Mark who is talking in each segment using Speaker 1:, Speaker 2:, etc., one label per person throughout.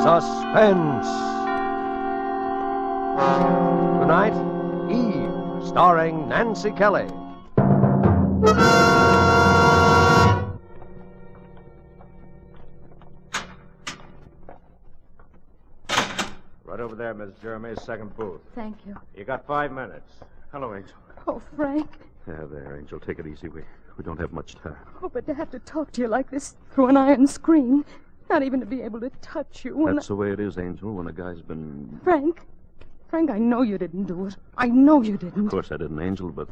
Speaker 1: Suspense. Tonight, Eve, starring Nancy Kelly. Right over there, Miss Jeremy, second booth.
Speaker 2: Thank you.
Speaker 1: You got five minutes. Hello, Angel.
Speaker 2: Oh, Frank.
Speaker 3: Yeah, there, Angel. Take it easy. We we don't have much time.
Speaker 2: Oh, but to have to talk to you like this through an iron screen, not even to be able to touch you. When
Speaker 3: That's the way it is, Angel. When a guy's been,
Speaker 2: I... Frank, Frank, I know you didn't do it. I know you
Speaker 3: of
Speaker 2: didn't.
Speaker 3: course, I didn't, Angel, but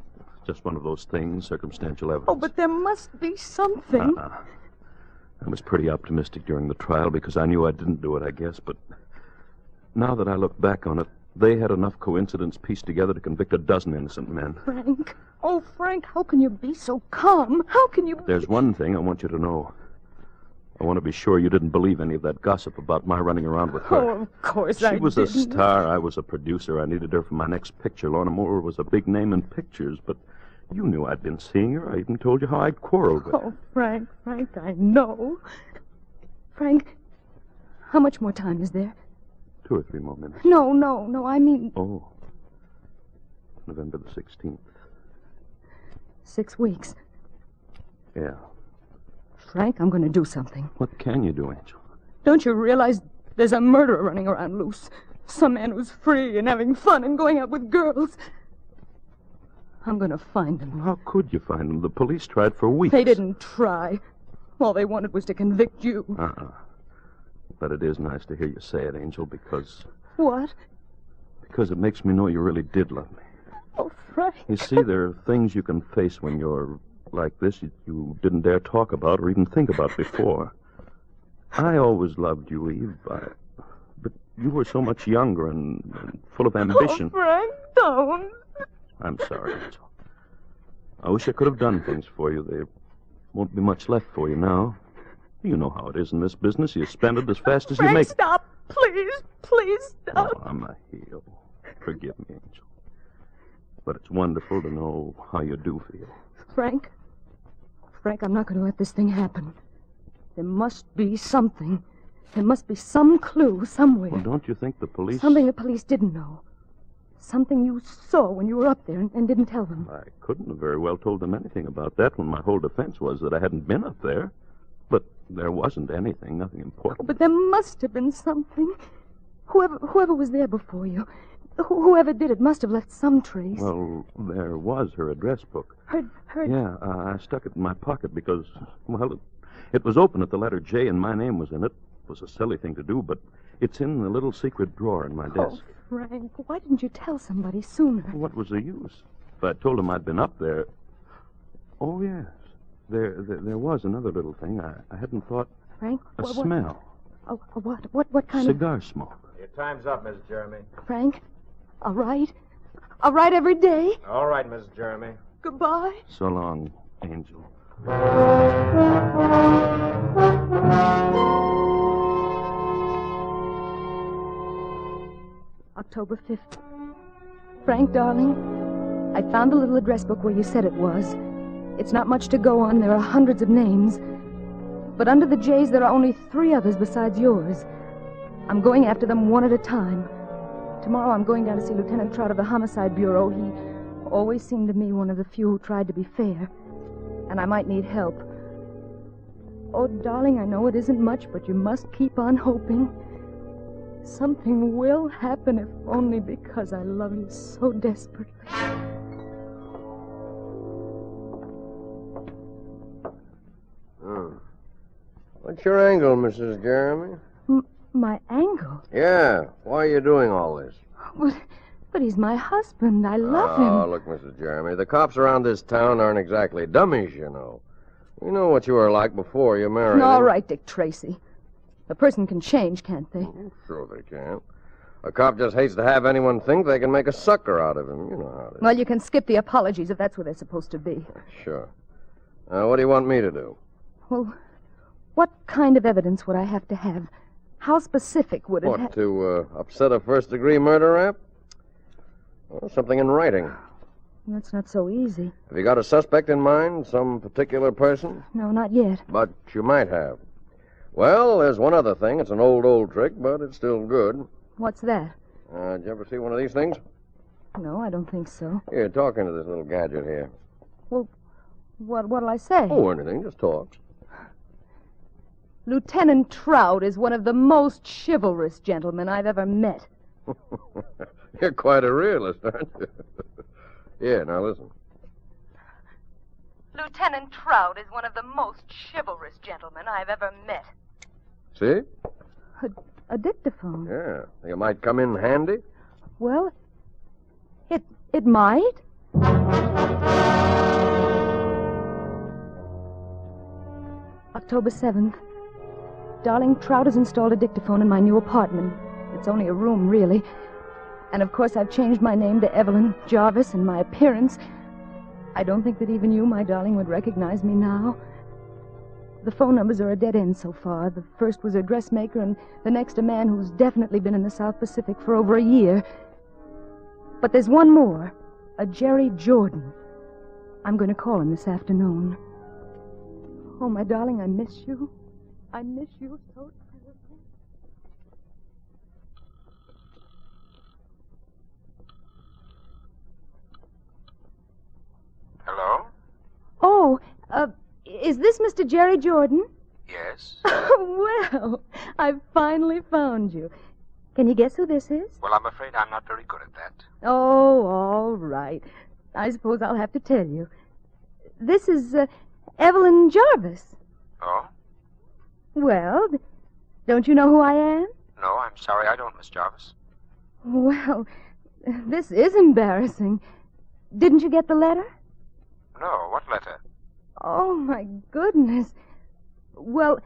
Speaker 3: just one of those things, circumstantial evidence.
Speaker 2: Oh, but there must be something.
Speaker 3: Uh-uh. I was pretty optimistic during the trial because I knew I didn't do it. I guess, but now that I look back on it, they had enough coincidence pieced together to convict a dozen innocent men.
Speaker 2: Frank. Oh, Frank, how can you be so calm? How can you?
Speaker 3: There's one thing I want you to know. I want to be sure you didn't believe any of that gossip about my running around with her.
Speaker 2: Oh, of course
Speaker 3: She
Speaker 2: I
Speaker 3: was a
Speaker 2: didn't.
Speaker 3: star. I was a producer. I needed her for my next picture. Lorna Moore was a big name in pictures, but you knew I'd been seeing her. I even told you how I'd quarreled with her.
Speaker 2: Oh, Frank, Frank, I know. Frank, how much more time is there? Oh.
Speaker 3: Two or three more minutes.
Speaker 2: No, no, no. I mean,
Speaker 3: Oh. November the 16th.
Speaker 2: six weeks.
Speaker 3: Yeah.
Speaker 2: Frank, I'm going to do something.
Speaker 3: What can you do, Angel?
Speaker 2: Don't you realize there's a murderer running around loose? Some man who's free and having fun and going out with girls. I'm going to find him.
Speaker 3: How could you find him? The police tried for weeks.
Speaker 2: They didn't try. All they wanted was to convict you.
Speaker 3: Uh-uh. But it is nice to hear you say it, Angel, because
Speaker 2: What?
Speaker 3: because it makes me know you really did love me.
Speaker 2: Oh, Frank.
Speaker 3: You see, there are things you can face when you're like this you, you didn't dare talk about or even think about before. I always loved you, Eve, but, but you were so much younger and, and full of ambition.
Speaker 2: Oh, Frank, don't.
Speaker 3: I'm sorry, Angel. I wish I could have done things for you. There won't be much left for you now. You know how it is in this business. You spend it as fast as you
Speaker 2: Frank,
Speaker 3: make it.
Speaker 2: stop. Please, please stop.
Speaker 3: Oh, I'm a heel. Forgive me, Angel. But it's wonderful to know how you do feel.
Speaker 2: Frank. Frank, I'm not going to let this thing happen. There must be something. There must be some clue somewhere.
Speaker 3: Well, don't you think the police...
Speaker 2: Something the police didn't know. Something you saw when you were up there and, and didn't tell them.
Speaker 3: I couldn't have very well told them anything about that when my whole defense was that I hadn't been up there. But there wasn't anything, nothing important.
Speaker 2: But there must have been something. Whoever whoever was there before you, wh- whoever did it must have left some trace.
Speaker 3: Well, there was her address book.
Speaker 2: heard heard.
Speaker 3: Yeah, uh, I stuck it in my pocket because, well, it, it was open at the letter J and my name was in it. It was a silly thing to do, but it's in the little secret drawer in my
Speaker 2: Oh,
Speaker 3: desk.
Speaker 2: Frank, why didn't you tell somebody sooner?
Speaker 3: What was the use? If I told him I'd been up there. Oh, yes. There, there, there was another little thing. I, I hadn't thought.
Speaker 2: Frank,
Speaker 3: A
Speaker 2: what, what,
Speaker 3: smell.
Speaker 2: oh, oh, what, what, what kind
Speaker 3: Cigar smoke.
Speaker 1: Your time's up, Miss Jeremy.
Speaker 2: of Frank? All right, all right, every day.
Speaker 1: All right, Miss Jeremy.
Speaker 2: Goodbye.
Speaker 3: So long, Angel.
Speaker 2: October 5th. Frank, darling, I found the little address book where you said it was. It's not much to go on. There are hundreds of names. But under the J's, there are only three others besides yours. I'm going after them one at a time. Tomorrow, I'm going down to see Lieutenant Trout of the Homicide Bureau. He always seemed to me one of the few who tried to be fair. And I might need help. Oh, darling, I know it isn't much, but you must keep on hoping. Something will happen if only because I love you so desperately.
Speaker 1: Hmm. What's your angle, Mrs. Jeremy?
Speaker 2: My angle?
Speaker 1: Yeah. Why are you doing all this?
Speaker 2: But, but he's my husband. I love
Speaker 1: oh,
Speaker 2: him.
Speaker 1: look, Mrs. Jeremy, the cops around this town aren't exactly dummies, you know. We know what you were like before you married.
Speaker 2: All
Speaker 1: him.
Speaker 2: right, Dick Tracy. A person can change, can't they?
Speaker 1: Sure they can. A cop just hates to have anyone think they can make a sucker out of him. You know how it is.
Speaker 2: Well, you can skip the apologies if that's where they're supposed to be.
Speaker 1: Sure. Now, what do you want me to do?
Speaker 2: Well, what kind of evidence would I have to have? How specific would it
Speaker 1: What,
Speaker 2: have?
Speaker 1: to uh, upset a first degree murder rap? Well, something in writing.
Speaker 2: That's not so easy.
Speaker 1: Have you got a suspect in mind? Some particular person?
Speaker 2: No, not yet.
Speaker 1: But you might have. Well, there's one other thing. It's an old, old trick, but it's still good.
Speaker 2: What's that?
Speaker 1: Uh, did you ever see one of these things?
Speaker 2: No, I don't think so.
Speaker 1: Here, talk into this little gadget here.
Speaker 2: What, what'll I say?
Speaker 1: Oh, anything. Just talk.
Speaker 2: Lieutenant Trout is one of the most chivalrous gentlemen I've ever met.
Speaker 1: You're quite a realist, aren't you? yeah, now listen.
Speaker 2: Lieutenant Trout is one of the most chivalrous gentlemen I've ever met.
Speaker 1: See?
Speaker 2: A dictaphone?
Speaker 1: Yeah. Think it might come in handy?
Speaker 2: Well, it it might. October 7th. Darling Trout has installed a dictaphone in my new apartment. It's only a room, really. And of course, I've changed my name to Evelyn Jarvis and my appearance. I don't think that even you, my darling, would recognize me now. The phone numbers are a dead end so far. The first was a dressmaker, and the next a man who's definitely been in the South Pacific for over a year. But there's one more a Jerry Jordan. I'm going to call him this afternoon. Oh, my darling, I miss you. I miss you so terribly.
Speaker 4: Hello?
Speaker 2: Oh, uh, is this Mr. Jerry Jordan?
Speaker 4: Yes?
Speaker 2: well, I've finally found you. Can you guess who this is?
Speaker 4: Well, I'm afraid I'm not very good at that.
Speaker 2: Oh, all right. I suppose I'll have to tell you. This is uh, Evelyn Jarvis.
Speaker 4: Oh?
Speaker 2: Well, don't you know who I am?
Speaker 4: No, I'm sorry I don't, Miss Jarvis.
Speaker 2: Well, this is embarrassing. Didn't you get the letter?
Speaker 4: No, what letter?
Speaker 2: Oh, my goodness. Well,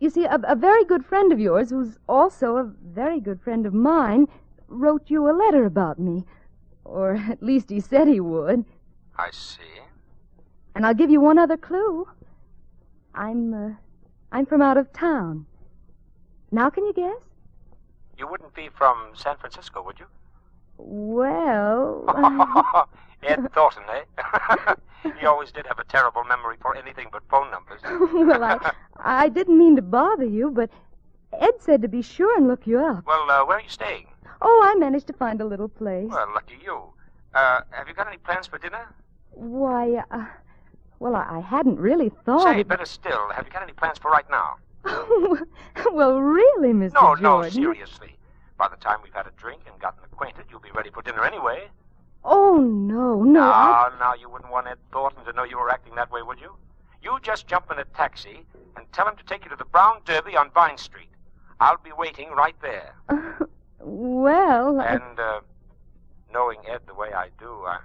Speaker 2: you see, a, a very good friend of yours, who's also a very good friend of mine, wrote you a letter about me. Or at least he said he would.
Speaker 4: I see.
Speaker 2: And I'll give you one other clue. I'm, uh, I'm from out of town. Now can you guess?
Speaker 4: You wouldn't be from San Francisco, would you?
Speaker 2: Well,
Speaker 4: Ed Thornton, eh? he always did have a terrible memory for anything but phone numbers.
Speaker 2: well, I, I didn't mean to bother you, but Ed said to be sure and look you up.
Speaker 4: Well, uh, where are you staying?
Speaker 2: Oh, I managed to find a little place.
Speaker 4: Well, lucky you. Uh, have you got any plans for dinner?
Speaker 2: Why, uh, well, I, I hadn't really thought.
Speaker 4: Say,
Speaker 2: it-
Speaker 4: better still, have you got any plans for right now?
Speaker 2: well, really, Mr.
Speaker 4: No,
Speaker 2: Jordan.
Speaker 4: no, seriously. By the time we've had a drink and gotten acquainted, you'll be ready for dinner anyway.
Speaker 2: Oh, no, no. I-
Speaker 4: Ah, now you wouldn't want Ed Thornton to know you were acting that way, would you? You just jump in a taxi and tell him to take you to the Brown Derby on Vine Street. I'll be waiting right there.
Speaker 2: well, I-
Speaker 4: And uh, knowing Ed the way I do, I,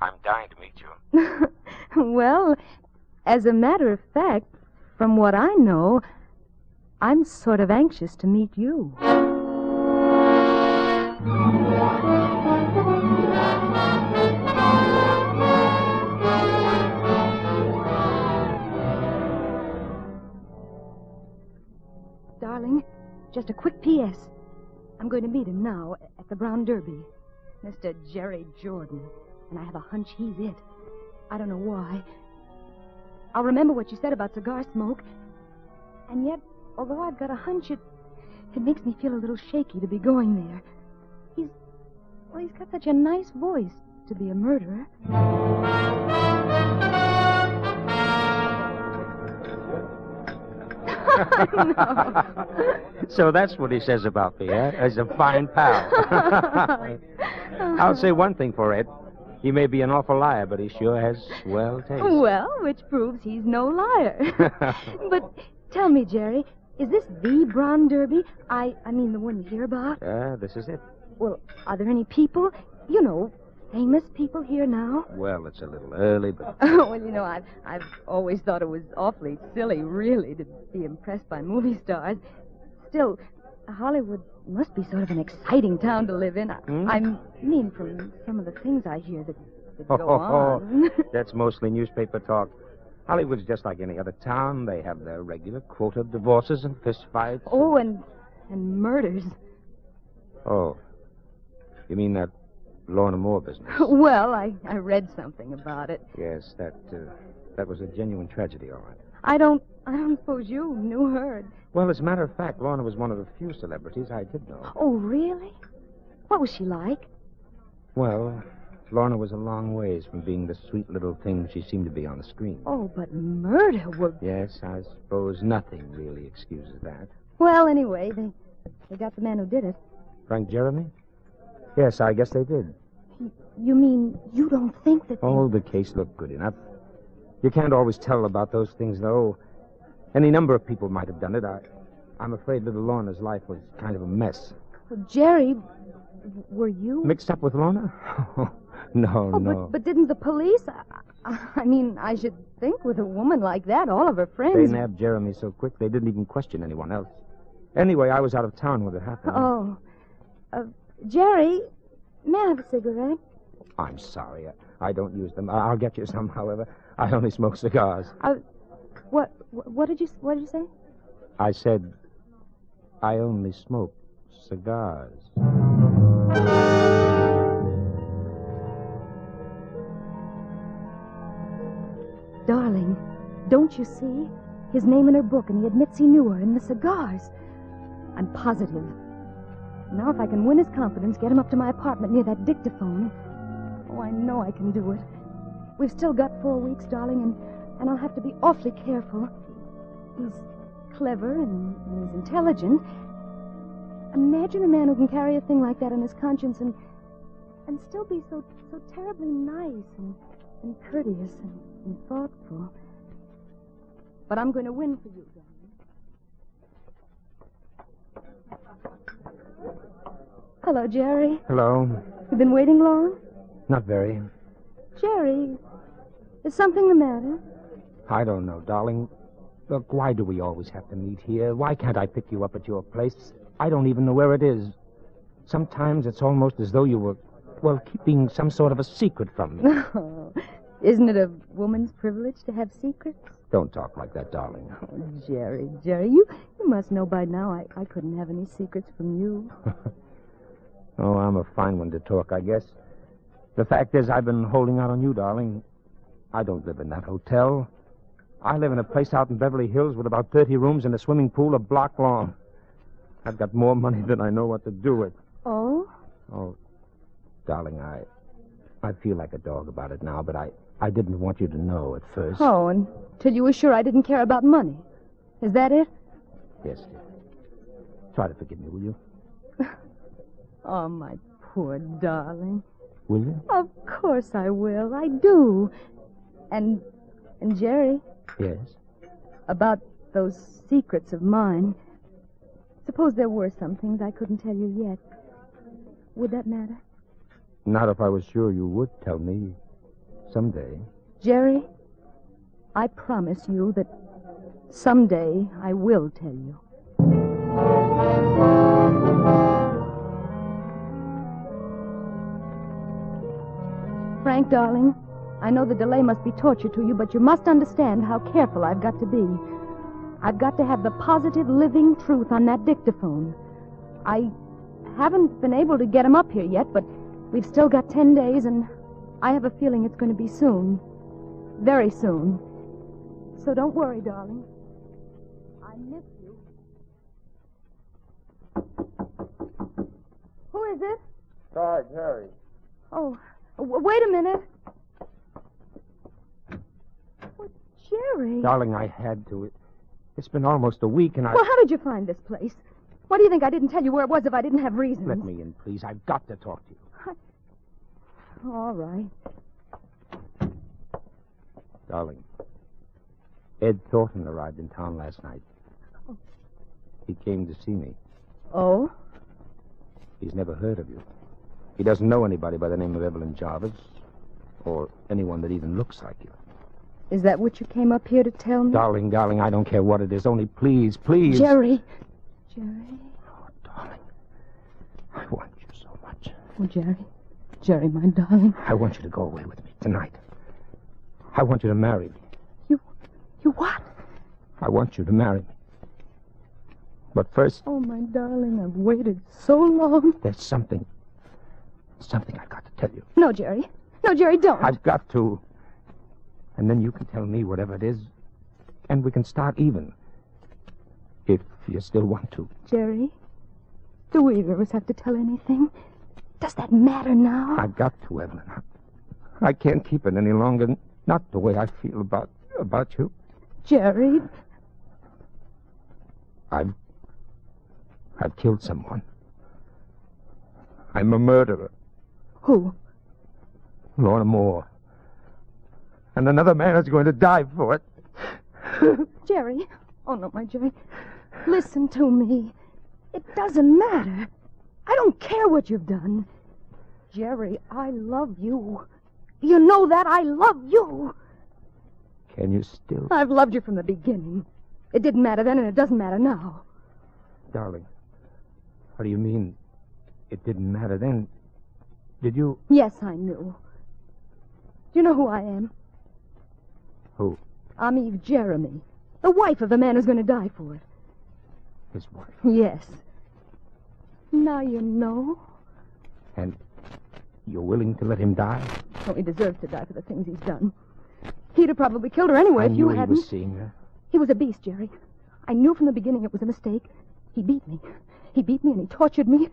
Speaker 4: I'm dying to meet you.
Speaker 2: well, as a matter of fact, from what I know, I'm sort of anxious to meet you. Darling, just a quick P.S. I'm going to meet him now at the Brown Derby. Mr. Jerry Jordan. And I have a hunch he's it. I don't know why. I'll remember what you said about cigar smoke. And yet, although I've got a hunch, it, it makes me feel a little shaky to be going there. He's. Well, he's got such a nice voice to be a murderer. Oh,
Speaker 5: So that's what he says about me, eh? As a fine pal. I'll say one thing for Ed. He may be an awful liar, but he sure has swell taste.
Speaker 2: Well, which proves he's no liar. but tell me, Jerry, is this the Brown Derby? I, I mean, the one you hear about?
Speaker 5: Ah, this is it.
Speaker 2: Well, are there any people, you know, famous people here now?
Speaker 5: Well, it's a little early, but
Speaker 2: Oh, well, you know, I've, I've always thought it was awfully silly, really, to be impressed by movie stars. Still, Hollywood must be sort of an exciting town to live in. I,
Speaker 5: Hmm?
Speaker 2: I mean, from some of the things I hear that, that go on.
Speaker 5: that's mostly newspaper talk. Hollywood's just like any other town. They have their regular quota of divorces and fistfights.
Speaker 2: oh, and, and murders.
Speaker 5: Oh. You mean that Lorna Moore business?
Speaker 2: Well, I, I read something about it.
Speaker 5: yes, that uh, That was a genuine tragedy, all right.
Speaker 2: I don't. I don't suppose you knew her.
Speaker 5: Well, as a matter of fact, Lorna was one of the few celebrities I did know.
Speaker 2: Oh, really? What was she like?
Speaker 5: Well, Lorna was a long ways from being the sweet little thing she seemed to be on the screen.
Speaker 2: Oh, but murder was.
Speaker 5: Yes, I suppose nothing really excuses that.
Speaker 2: Well, anyway, they they got the man who did it.
Speaker 5: Frank Jeremy? Yes, I guess they did.
Speaker 2: You mean you don't think that? they-
Speaker 5: Oh, the case looked good enough. You can't always tell about those things, though. Any number of people might have done it. I, I'm afraid little Lorna's life was kind of a mess.
Speaker 2: Well, Jerry, w- were you?
Speaker 5: Mixed up with Lorna? no,
Speaker 2: oh,
Speaker 5: no.
Speaker 2: but but didn't the police? I, I- I mean, I should think with a woman like that, all of her
Speaker 5: They
Speaker 2: friends.
Speaker 5: nabbed Jeremy so quick they didn't even question anyone else. Anyway, I was out of town when it happened.
Speaker 2: Oh, uh, Jerry, may I have a cigarette?
Speaker 5: I'm sorry. I, I don't use them. I, I'll get you some, however. I only smoke cigars.
Speaker 2: What wh- what did you s- what did you say?
Speaker 5: I said, I only smoke cigars.
Speaker 2: Darling, don't you see? His name in her book, and he admits he knew her in the cigars. I'm positive. Now, if I can win his confidence, get him up to my apartment near that dictaphone. Oh, I know I can do it. We've still got four weeks, darling, and, and I'll have to be awfully careful. He's clever and, and he's intelligent. Imagine a man who can carry a thing like that on his conscience and and still be so so terribly nice and, and courteous and, and thoughtful. But I'm going to win for you, darling. Hello, Jerry.
Speaker 5: Hello?
Speaker 2: You've been waiting long?
Speaker 5: Not very.
Speaker 2: Jerry, is something the matter?
Speaker 5: I don't know, darling. Look, why do we always have to meet here? Why can't I pick you up at your place? I don't even know where it is. Sometimes it's almost as though you were, well, keeping some sort of a secret from me.
Speaker 2: Oh, isn't it a woman's privilege to have secrets?
Speaker 5: don't talk like that, darling.
Speaker 2: Oh, Jerry, Jerry, you, you must know by now I, I couldn't have any secrets from you.
Speaker 5: Oh, I'm a fine one to talk, I guess. The fact is, I've been holding out on you, darling. I don't live in that hotel. I live in a place out in Beverly Hills with about 30 rooms and a swimming pool a block long. I've got more money than I know what to do with.
Speaker 2: Oh?
Speaker 5: Oh, darling, I I feel like a dog about it now, but I, I didn't want you to know at first.
Speaker 2: Oh, and till you were sure I didn't care about money. Is that it?
Speaker 5: Yes, dear. Try to forgive me, will you?
Speaker 2: Oh, my poor darling.
Speaker 5: Will you?
Speaker 2: Of course I will. I do. And and Jerry,
Speaker 5: Yes.
Speaker 2: about those secrets of mine. Suppose there were some things I couldn't tell you yet. Would that matter?
Speaker 5: Not if I was sure you would tell me someday.
Speaker 2: Jerry, I promise you that someday I will tell you. Frank, darling, I know the delay must be torture to you, but you must understand how careful I've got to be. I've got to have the positive, living truth on that dictaphone. I haven't been able to get him up here yet, but we've still got ten days, and I have a feeling it's going to be soon. Very soon. So don't worry, darling. I miss you. Who is it?
Speaker 6: Sarge, Harry.
Speaker 2: Oh, w- wait a minute. Well, Jerry.
Speaker 5: Darling, I had to. It, it's been almost a week, and I.
Speaker 2: Well, how did you find this place? Why do you think I didn't tell you where it was if I didn't have reasons?
Speaker 5: Let me in, please. I've got to talk to you.
Speaker 2: All right.
Speaker 5: Darling, Ed Thornton arrived in town last night. He came to see me.
Speaker 2: Oh?
Speaker 5: He's never heard of you. He doesn't know anybody by the name of Evelyn Jarvis, or anyone that even looks like you.
Speaker 2: Is that what you came up here to tell me?
Speaker 5: Darling, darling, I don't care what it is. Only please, please.
Speaker 2: Jerry. Jerry.
Speaker 5: Oh, darling. I want you so much.
Speaker 2: Oh, Jerry. Jerry, my darling.
Speaker 5: I want you to go away with me tonight. I want you to marry me.
Speaker 2: You what?
Speaker 5: I want you to marry me. But first,
Speaker 2: Oh, my darling, I've waited so long.
Speaker 5: there's something. Something I've got to tell you.
Speaker 2: No, Jerry. No, Jerry, don't.
Speaker 5: I've got to. And then you can tell me whatever it is, and we can start even. If you still want to.
Speaker 2: Jerry, do either of us have to tell anything? Does that matter now?
Speaker 5: I've got to, Evelyn. I- I can't keep it any longer. Not the way I feel about about you.
Speaker 2: Jerry,
Speaker 5: I've I've killed someone. I'm a murderer.
Speaker 2: who?
Speaker 5: Lorna Moore. And another man is going to die for it.
Speaker 2: Jerry. Oh, no, my Jerry. Listen to me. It doesn't matter. I don't care what you've done. Jerry, I love you. You know that I love you.
Speaker 5: Can you still,
Speaker 2: I've loved you from the beginning. It didn't matter then, and it doesn't matter now.
Speaker 5: darling? What do you mean? It didn't matter then. Did you?
Speaker 2: Yes, I knew. Do you know who I am?
Speaker 5: Who?
Speaker 2: I'm Eve Jeremy, the wife of the man who's going to die for it.
Speaker 5: His wife.
Speaker 2: Yes. Now you know.
Speaker 5: And you're willing to let him die?
Speaker 2: Oh, he deserves to die for the things he's done. He'd have probably killed her anyway
Speaker 5: I
Speaker 2: if you
Speaker 5: knew he
Speaker 2: hadn't.
Speaker 5: was seeing her.
Speaker 2: He was a beast, Jerry. I knew from the beginning it was a mistake. He beat me. He beat me and he tortured me.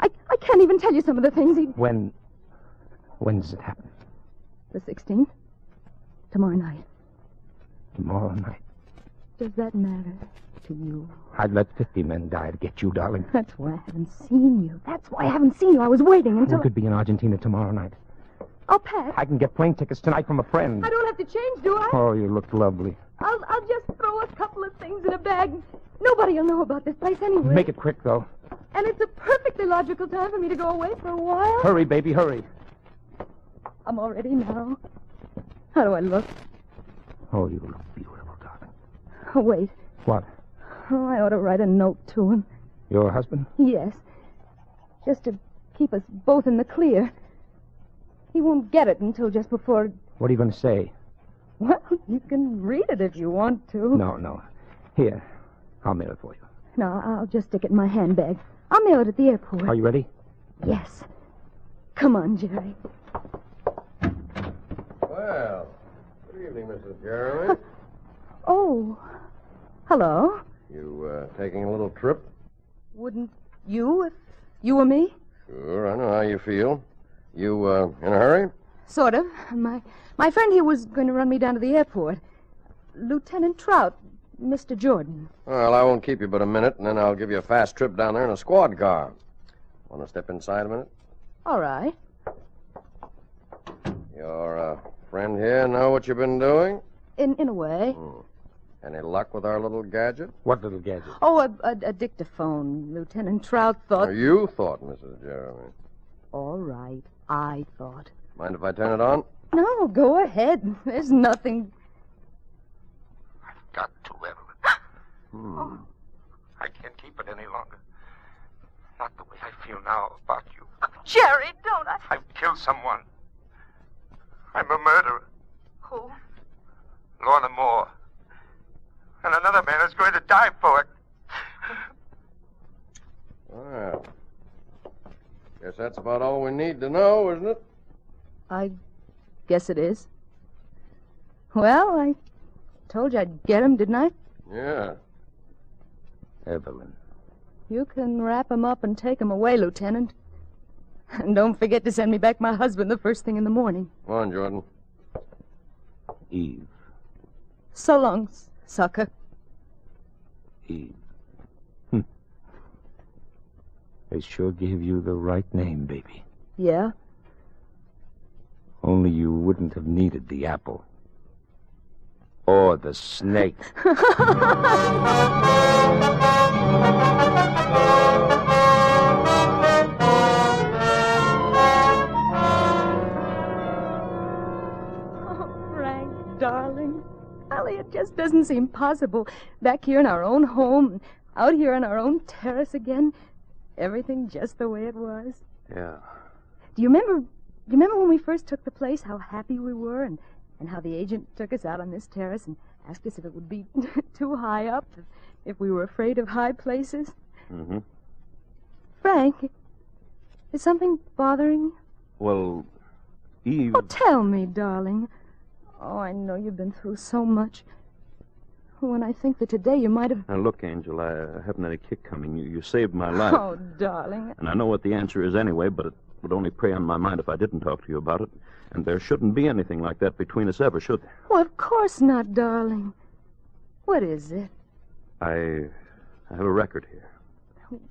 Speaker 2: I, I can't even tell you some of the things he.
Speaker 5: When? When does it happen?
Speaker 2: The 16th? Tomorrow night.
Speaker 5: Tomorrow night.
Speaker 2: Does that matter to you?
Speaker 5: I'd let fifty men die to get you, darling.
Speaker 2: That's why I haven't seen you. That's why I haven't seen you. I was waiting until.
Speaker 5: We could be in Argentina tomorrow night.
Speaker 2: I'll pack.
Speaker 5: I can get plane tickets tonight from a friend.
Speaker 2: I don't have to change, do I?
Speaker 5: Oh, you look lovely.
Speaker 2: I'll, I'll just throw a couple of things in a bag. Nobody will know about this place anyway.
Speaker 5: Make it quick, though.
Speaker 2: And it's a perfectly logical time for me to go away for a while.
Speaker 5: Hurry, baby, hurry.
Speaker 2: I'm all ready now. How do I look?
Speaker 5: Oh, you look beautiful, darling.
Speaker 2: Oh, wait.
Speaker 5: What?
Speaker 2: Oh, I ought to write a note to him.
Speaker 5: Your husband?
Speaker 2: Yes. Just to keep us both in the clear. He won't get it until just before.
Speaker 5: What are you going to say?
Speaker 2: Well, you can read it if you want to.
Speaker 5: No, no. Here, I'll mail it for you.
Speaker 2: No, I'll just stick it in my handbag. I'll mail it at the airport.
Speaker 5: Are you ready?
Speaker 2: Yes. Come on, Jerry.
Speaker 1: Well, good evening, Mrs. Jeremy.
Speaker 2: Oh. Hello.
Speaker 1: You uh, taking a little trip?
Speaker 2: Wouldn't you if you were me?
Speaker 1: Sure, I know how you feel. You uh, in a hurry?
Speaker 2: Sort of. My my friend here was going to run me down to the airport. Lieutenant Trout, Mr. Jordan.
Speaker 1: Well, I won't keep you but a minute, and then I'll give you a fast trip down there in a squad car. Want to step inside a minute?
Speaker 2: All right.
Speaker 1: Your uh, friend here know what you've been doing?
Speaker 2: In in a way.
Speaker 1: Any luck with our little gadget?
Speaker 5: What little gadget?
Speaker 2: Oh, a, a, a dictaphone. Lieutenant Trout
Speaker 1: Or
Speaker 2: thought.
Speaker 1: you thought, Mrs. Jeremy.
Speaker 2: All right, I thought.
Speaker 1: Mind if I turn it on?
Speaker 2: No, go ahead. There's nothing.
Speaker 4: I've got to, Evelyn.
Speaker 1: Hmm.
Speaker 4: I can't keep it any longer. Not the way I feel now about you.
Speaker 2: Jerry, don't I?
Speaker 4: I've killed someone. I'm a murderer.
Speaker 2: Who?
Speaker 4: Lorna Moore. And another man is going to die for it.
Speaker 1: Well, guess that's about all we need to know, isn't it?
Speaker 2: I guess it is. Well, I told you I'd get him, didn't I?
Speaker 1: Yeah.
Speaker 5: Evelyn.
Speaker 2: You can wrap him up and take him away, Lieutenant. And don't forget to send me back my husband the first thing in the morning.
Speaker 1: Come on, Jordan.
Speaker 3: Eve.
Speaker 2: So long, s- sucker.
Speaker 3: Eve.
Speaker 5: hmm. They sure gave you the right name, baby.
Speaker 2: Yeah?
Speaker 5: Only you wouldn't have needed the apple. Or the snake.
Speaker 2: Oh, Frank, darling. Ellie, it just doesn't seem possible. Back here in our own home, out here on our own terrace again, everything just the way it was.
Speaker 1: Yeah.
Speaker 2: Do you remember? Do you remember when we first took the place? How happy we were, and and how the agent took us out on this terrace and asked us if it would be too high up, if, if we were afraid of high places.
Speaker 3: Mm-hmm.
Speaker 2: Frank, is something bothering? you?
Speaker 3: Well, Eve.
Speaker 2: Oh, tell me, darling. Oh, I know you've been through so much. When I think that today you might have.
Speaker 3: Now, look, Angel, I haven't any kick coming. You, you saved my life.
Speaker 2: Oh, darling.
Speaker 3: And I know what the answer is anyway, but it would only prey on my mind if I didn't talk to you about it. And there shouldn't be anything like that between us ever, should there?
Speaker 2: Oh, of course not, darling. What is it?
Speaker 3: I, I have a record here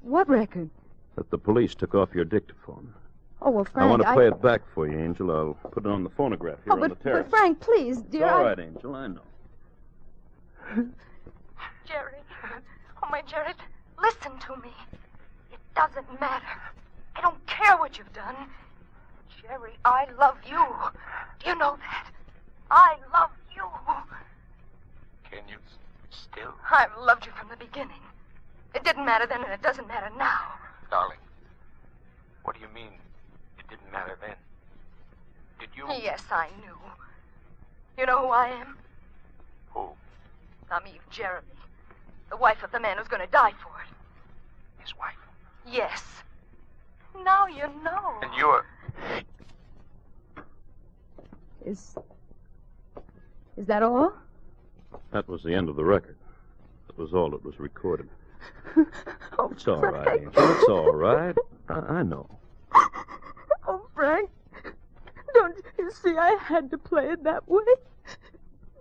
Speaker 2: What record?
Speaker 3: that the police took off your dictaphone.
Speaker 2: Oh, well,
Speaker 3: I
Speaker 2: Frank.
Speaker 3: want to play it back for you, Angel. I'll put it on the phonograph here
Speaker 2: Oh,
Speaker 3: on the
Speaker 2: but,
Speaker 3: terrace.
Speaker 2: but Frank, please,
Speaker 3: it's
Speaker 2: dear.
Speaker 3: all
Speaker 2: I-
Speaker 3: right, Angel, I know.
Speaker 6: Jerry. Oh, my Jared, listen to me. It doesn't matter. I don't care what you've done. Jerry, I love you. Do you know that? I love you.
Speaker 4: Can you still?
Speaker 6: I've loved you from the beginning. It didn't matter then, and it doesn't matter now.
Speaker 4: Darling, what do you mean it didn't matter then? Did you?
Speaker 2: uh,
Speaker 6: Yes, I knew. You know who I am?
Speaker 4: Who?
Speaker 6: I'm Eve Jeremy, the wife of the man who's going to die for it.
Speaker 4: His wife.
Speaker 6: Yes. Now you know.
Speaker 4: And you're.
Speaker 2: Is. Is that all?
Speaker 3: That was the end of the record. That was all that was recorded.
Speaker 2: Oh,
Speaker 3: It's all
Speaker 2: Frank.
Speaker 3: right, Angel. It's all right. I, I know.
Speaker 2: Oh, Frank. Don't you see I had to play it that way?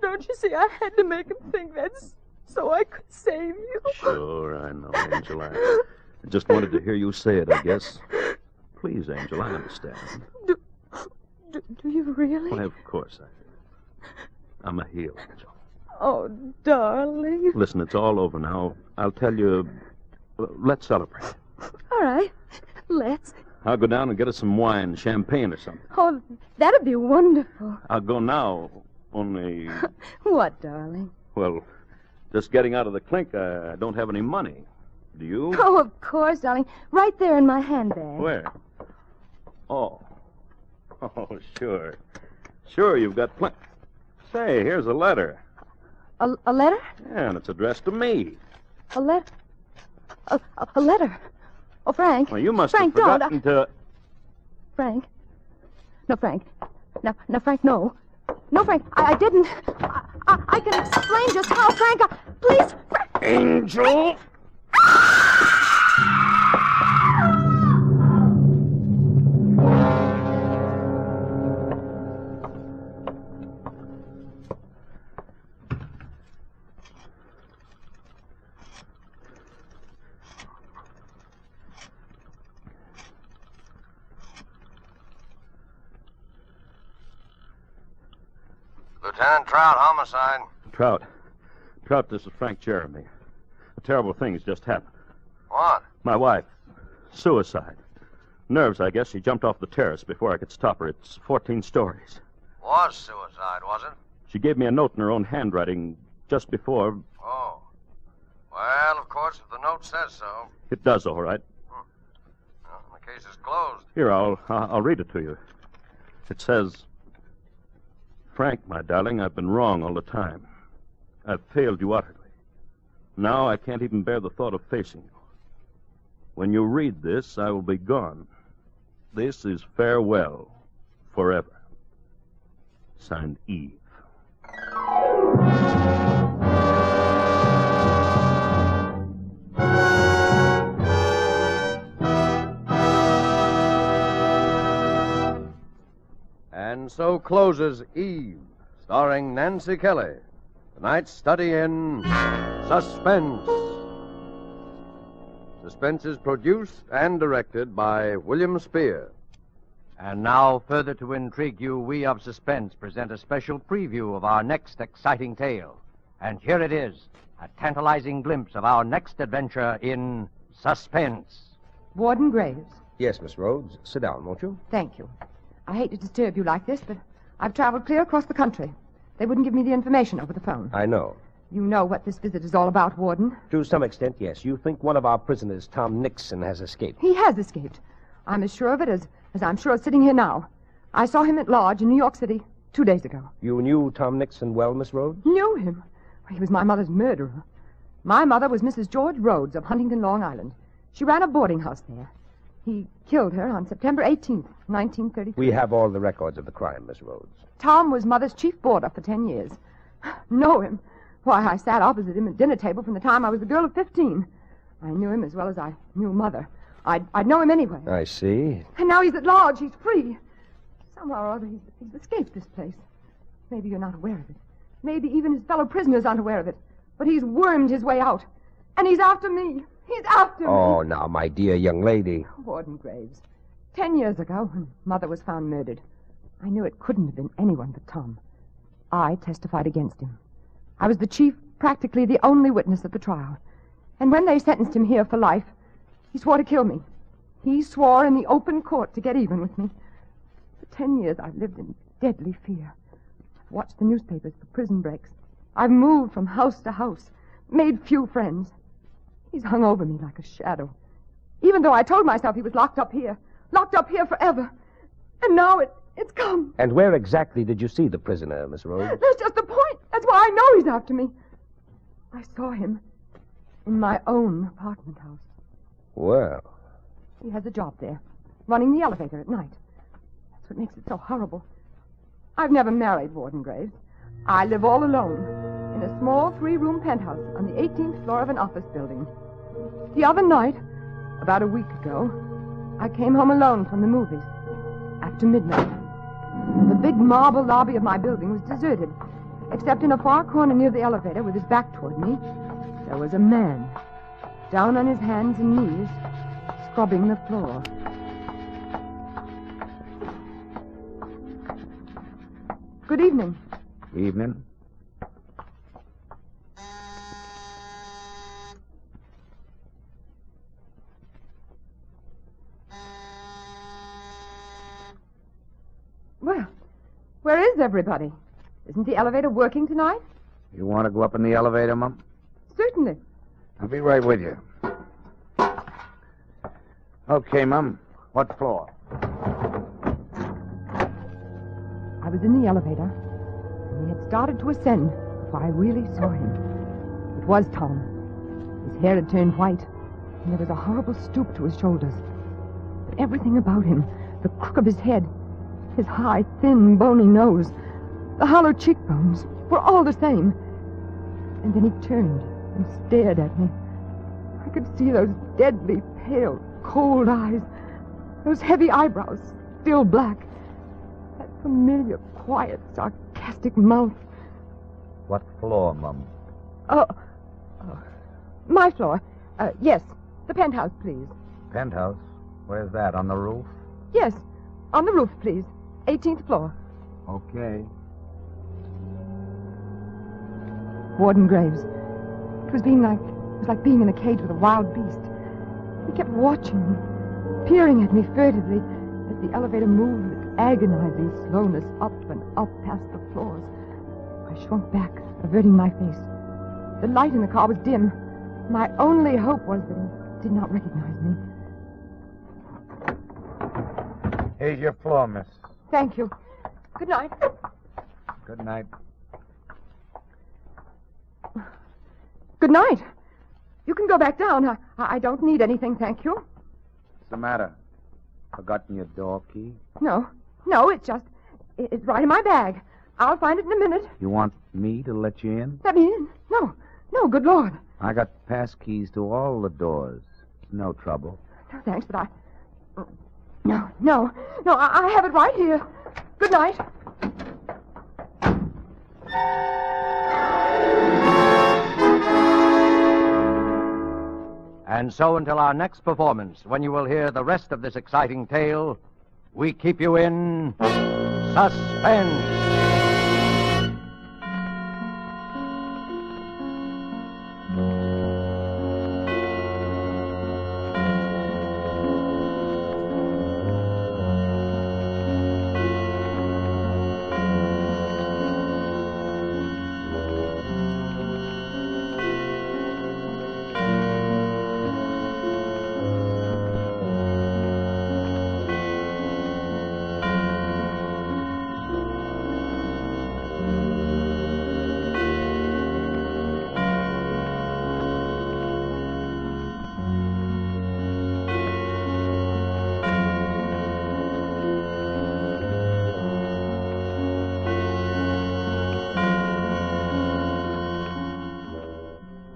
Speaker 2: Don't you see I had to make him think that's so I could save you?
Speaker 3: Sure, I know, Angel. I I just wanted to hear you say it, I guess. Please, Angel, I understand.
Speaker 2: Do, do you really?
Speaker 3: Why, of course I do. I'm a heel, Angel.
Speaker 2: Oh, darling.
Speaker 3: Listen, it's all over now. I'll tell you. l- Let's celebrate.
Speaker 2: All right. Let's.
Speaker 3: I'll go down and get us some wine, champagne, or something.
Speaker 2: Oh, that'd be wonderful.
Speaker 3: I'll go now, only,
Speaker 2: What, darling?
Speaker 3: well, just getting out of the clink, I I don't have any money. Do you?
Speaker 2: Oh, of course, darling. Right there in my handbag.
Speaker 3: Where? Oh. Oh, sure. Sure, you've got plenty. Say, here's a letter.
Speaker 2: A, a letter?
Speaker 3: Yeah, and it's addressed to me.
Speaker 2: A letter? A, a, a letter. Oh, Frank.
Speaker 3: Well, you must
Speaker 2: Frank,
Speaker 3: have
Speaker 2: don't. uh,
Speaker 3: forgotten to.
Speaker 2: Frank. No, Frank. No, no, Frank, no. No, Frank, I, I didn't. I, I, I can explain just how, Frank. I, please, Frank.
Speaker 3: Angel!
Speaker 1: Lieutenant Trout, homicide.
Speaker 3: Trout. Trout, this is Frank Jeremy. A terrible thing's just happened.
Speaker 1: What?
Speaker 3: My wife. Suicide. Nerves, I guess. She jumped off the terrace before I could stop her. It's 14 stories.
Speaker 1: Was suicide, was it?
Speaker 3: She gave me a note in her own handwriting just before.
Speaker 1: Oh. Well, of course, if the note says so,
Speaker 3: It does, all right.
Speaker 1: well, the case is closed.
Speaker 3: Here, I'll, I'll I'll read it to you. It says, Frank, my darling, I've been wrong all the time. I've failed you utterly. Now I can't even bear the thought of facing you. When you read this, I will be gone. This is farewell forever. Signed E. Eve.
Speaker 1: And so closes Eve, starring Nancy Kelly. Tonight's study in suspense. Suspense is produced and directed by William Spear.
Speaker 7: And now, further to intrigue you, we of Suspense present a special preview of our next exciting tale. And here it is a tantalizing glimpse of our next adventure in Suspense.
Speaker 8: Warden Graves,
Speaker 9: Yes, Miss Rhodes. Sit down, won't you?
Speaker 8: thank you. I hate to disturb you like this, but I've traveled clear across the country. They wouldn't give me the information over the phone.
Speaker 9: I know.
Speaker 8: You know what this visit is all about, Warden.
Speaker 9: To some extent, yes. You think one of our prisoners, Tom Nixon, has escaped.
Speaker 8: He has escaped. I'm as sure of it as, as I'm sure of sitting here now. I saw him at Lodge in New York City two days ago.
Speaker 9: You knew Tom Nixon well, Miss Rhodes?
Speaker 8: Knew him. He was my mother's murderer. My mother was Mrs. George Rhodes of Huntington, Long Island. She ran a boarding house there. He killed her on September 18th, 1933.
Speaker 9: We have all the records of the crime, Miss Rhodes.
Speaker 8: Tom was Mother's chief boarder for 10 years. Know him? Why, I sat opposite him at dinner table from the time I was a girl of 15. I knew him as well as I knew Mother. I'd, I'd know him anyway.
Speaker 9: I see.
Speaker 8: And now he's at large. He's free. Somehow or other, he's, he's escaped this place. Maybe you're not aware of it. Maybe even his fellow prisoners aren't aware of it. But he's wormed his way out. And he's after me. He's after me.
Speaker 9: Oh, now, my dear young lady.
Speaker 8: Warden Graves. Ten years ago, when Mother was found murdered, I knew it couldn't have been anyone but Tom. I testified against him. I was the chief, practically the only witness at the trial. And when they sentenced him here for life, he swore to kill me. He swore in the open court to get even with me. For ten years, I've lived in deadly fear. I've watched the newspapers for prison breaks. I've moved from house to house, made few friends. He's hung over me like a shadow. Even though I told myself he was locked up here, locked up here forever. And now it, it's come.
Speaker 9: And where exactly did you see the prisoner, Miss Rhodes?
Speaker 8: That's just the point. That's why I know he's after me. I saw him in my own apartment house.
Speaker 9: Well,
Speaker 8: He has a job there, running the elevator at night. That's what makes it so horrible. I've never married Warden Graves. I live all alone in a small three room penthouse on the 18th floor of an office building. The other night, about a week ago, I came home alone from the movies after midnight. The big marble lobby of my building was deserted, except in a far corner near the elevator with his back toward me, there was a man down on his hands and knees, scrubbing the floor. Good evening.
Speaker 5: Evening.
Speaker 8: Well, where is everybody? Isn't the elevator working tonight?
Speaker 5: You want to go up in the elevator, Mum?
Speaker 8: Certainly.
Speaker 5: I'll be right with you. Okay, Mum. What floor?
Speaker 8: I was in the elevator, and he had started to ascend before I really saw him. It was Tom. His hair had turned white, and there was a horrible stoop to his shoulders. But everything about him the crook of his head, his high, thin, bony nose, the hollow cheekbones were all the same. And then he turned and stared at me. I could see those deadly, pale, cold eyes, those heavy eyebrows, still black. That familiar, quiet, sarcastic mouth.
Speaker 5: What floor, Mum?
Speaker 8: Oh, oh. my floor. Uh, yes, the penthouse, please.
Speaker 5: Penthouse. Where's that? On the roof?
Speaker 8: Yes, on the roof, please. 18th floor.
Speaker 5: Okay.
Speaker 8: Warden Graves. It was being like it was like being in a cage with a wild beast. He kept watching me, peering at me furtively as the elevator moved with agonizing slowness up and up past the floors. I shrunk back, averting my face. The light in the car was dim. My only hope was that he did not recognize me.
Speaker 5: Here's your floor, miss.
Speaker 8: Thank you. Good night.
Speaker 5: Good night.
Speaker 8: Good night. You can go back down. I, I don't need anything, thank you.
Speaker 5: What's the matter? Forgotten your door key?
Speaker 8: No, no, it's just, it- it's right in my bag. I'll find it in a minute.
Speaker 5: You want me to let you in?
Speaker 8: Let me in. No, no, good Lord.
Speaker 5: I got pass keys to all the doors. It's no trouble.
Speaker 8: No, thanks, but I. No, no, no, I, I have it right here. Good night.
Speaker 7: And so until our next performance, when you will hear the rest of this exciting tale, we keep you in suspense.